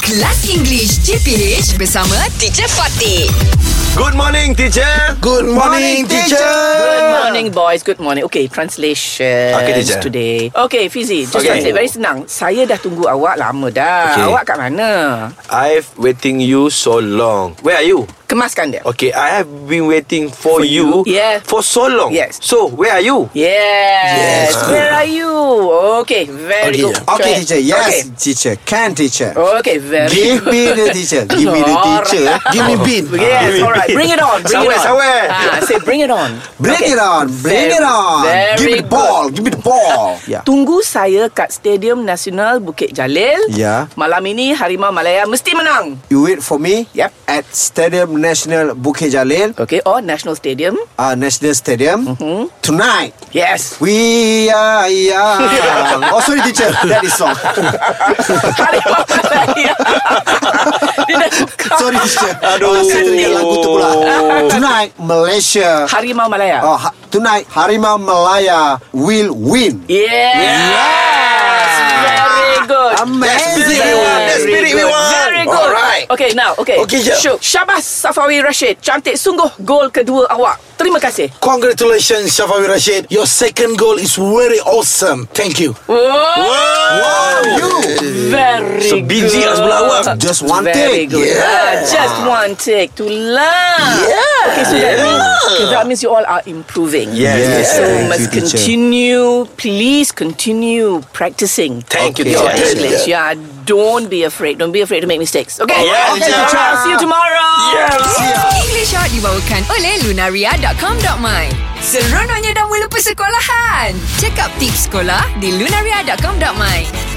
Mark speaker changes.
Speaker 1: Kelas English CPH bersama Teacher Fatih.
Speaker 2: Good morning, teacher.
Speaker 3: Good morning,
Speaker 4: Good
Speaker 3: teacher.
Speaker 4: morning boys Good morning Okay translation
Speaker 2: Okay, teacher.
Speaker 4: Today Okay Fizi Just
Speaker 2: Okay.
Speaker 4: okay. translate Very senang Saya dah tunggu awak lama dah
Speaker 2: Okay.
Speaker 4: okay. Awak kat mana
Speaker 2: I've waiting you so long. Where are you?
Speaker 4: Kemaskan dia
Speaker 2: Okay, I have been waiting for, you,
Speaker 4: you? Yeah.
Speaker 2: for so long.
Speaker 4: Yes.
Speaker 2: So where are you?
Speaker 4: Yes. Where are you Okay Oh. Very good
Speaker 3: Okay,
Speaker 4: Correct.
Speaker 3: teacher. Yes, teacher. Can, teacher.
Speaker 4: Okay, okay very
Speaker 3: Give Ah.
Speaker 4: good
Speaker 3: me the teacher. Give me the teacher. Give me bean.
Speaker 4: Yes, all right. Bring it on. Bring
Speaker 2: Somewhere,
Speaker 4: it on.
Speaker 2: somewhere.
Speaker 4: Ah, say bring it on.
Speaker 3: Bring it
Speaker 4: Okay.
Speaker 3: on. Bring
Speaker 4: Very-
Speaker 3: it on.
Speaker 4: very
Speaker 3: Give me the
Speaker 4: good.
Speaker 3: ball. Give me the ball. Yeah.
Speaker 4: Tunggu saya kat Stadium Nasional Bukit Jalil.
Speaker 3: Ya.
Speaker 4: Malam ini Harimau Malaya mesti menang.
Speaker 3: You wait for me.
Speaker 4: Yep.
Speaker 3: At Stadium National Bukit Jalil,
Speaker 4: Okay, or National Stadium.
Speaker 3: uh, National Stadium tonight.
Speaker 4: Yes.
Speaker 3: We are young. oh, sorry, teacher. That is song.
Speaker 4: Harimau Malaya. Dia dah suka.
Speaker 3: sorry, teacher.
Speaker 2: Aduh.
Speaker 3: Oh, saya teringat lagu tu pula. Tonight, Malaysia.
Speaker 4: Harimau Malaya.
Speaker 3: Oh, ha- tonight Harimau Malaya will win.
Speaker 4: Yes. yes. Very good.
Speaker 3: Amazing.
Speaker 2: Very good. That's
Speaker 4: Very
Speaker 2: spirit we
Speaker 4: good.
Speaker 2: want.
Speaker 4: Very good.
Speaker 2: Alright.
Speaker 4: Okay, now. Okay.
Speaker 2: Okay, jap.
Speaker 4: Syuk. Syabas Safawi Rashid. Cantik sungguh gol kedua awak. Terima kasih.
Speaker 5: Congratulations, Shafawi Rashid. Your second goal is very awesome. Thank you.
Speaker 4: Wow.
Speaker 3: You
Speaker 4: Very
Speaker 2: Sebiji
Speaker 4: good.
Speaker 2: kat sebelah awak.
Speaker 3: just one
Speaker 4: Very
Speaker 3: take.
Speaker 4: good. Yeah. Just one take to learn. Yeah. Okay, so that means okay, that means you all are improving.
Speaker 2: Yes. Yes.
Speaker 4: So
Speaker 3: Thank you,
Speaker 4: must
Speaker 3: teacher.
Speaker 4: continue. Please continue practicing.
Speaker 2: Thank you,
Speaker 4: your
Speaker 2: teacher.
Speaker 4: English. Yeah. Don't be afraid. Don't be afraid to make mistakes. Okay.
Speaker 2: Yeah,
Speaker 4: okay.
Speaker 2: teacher.
Speaker 4: all right, I'll see you tomorrow.
Speaker 1: English Hot dibawakan oleh Lunaria.com.my Seronoknya dah mula persekolahan. Check up tips sekolah di Lunaria.com.my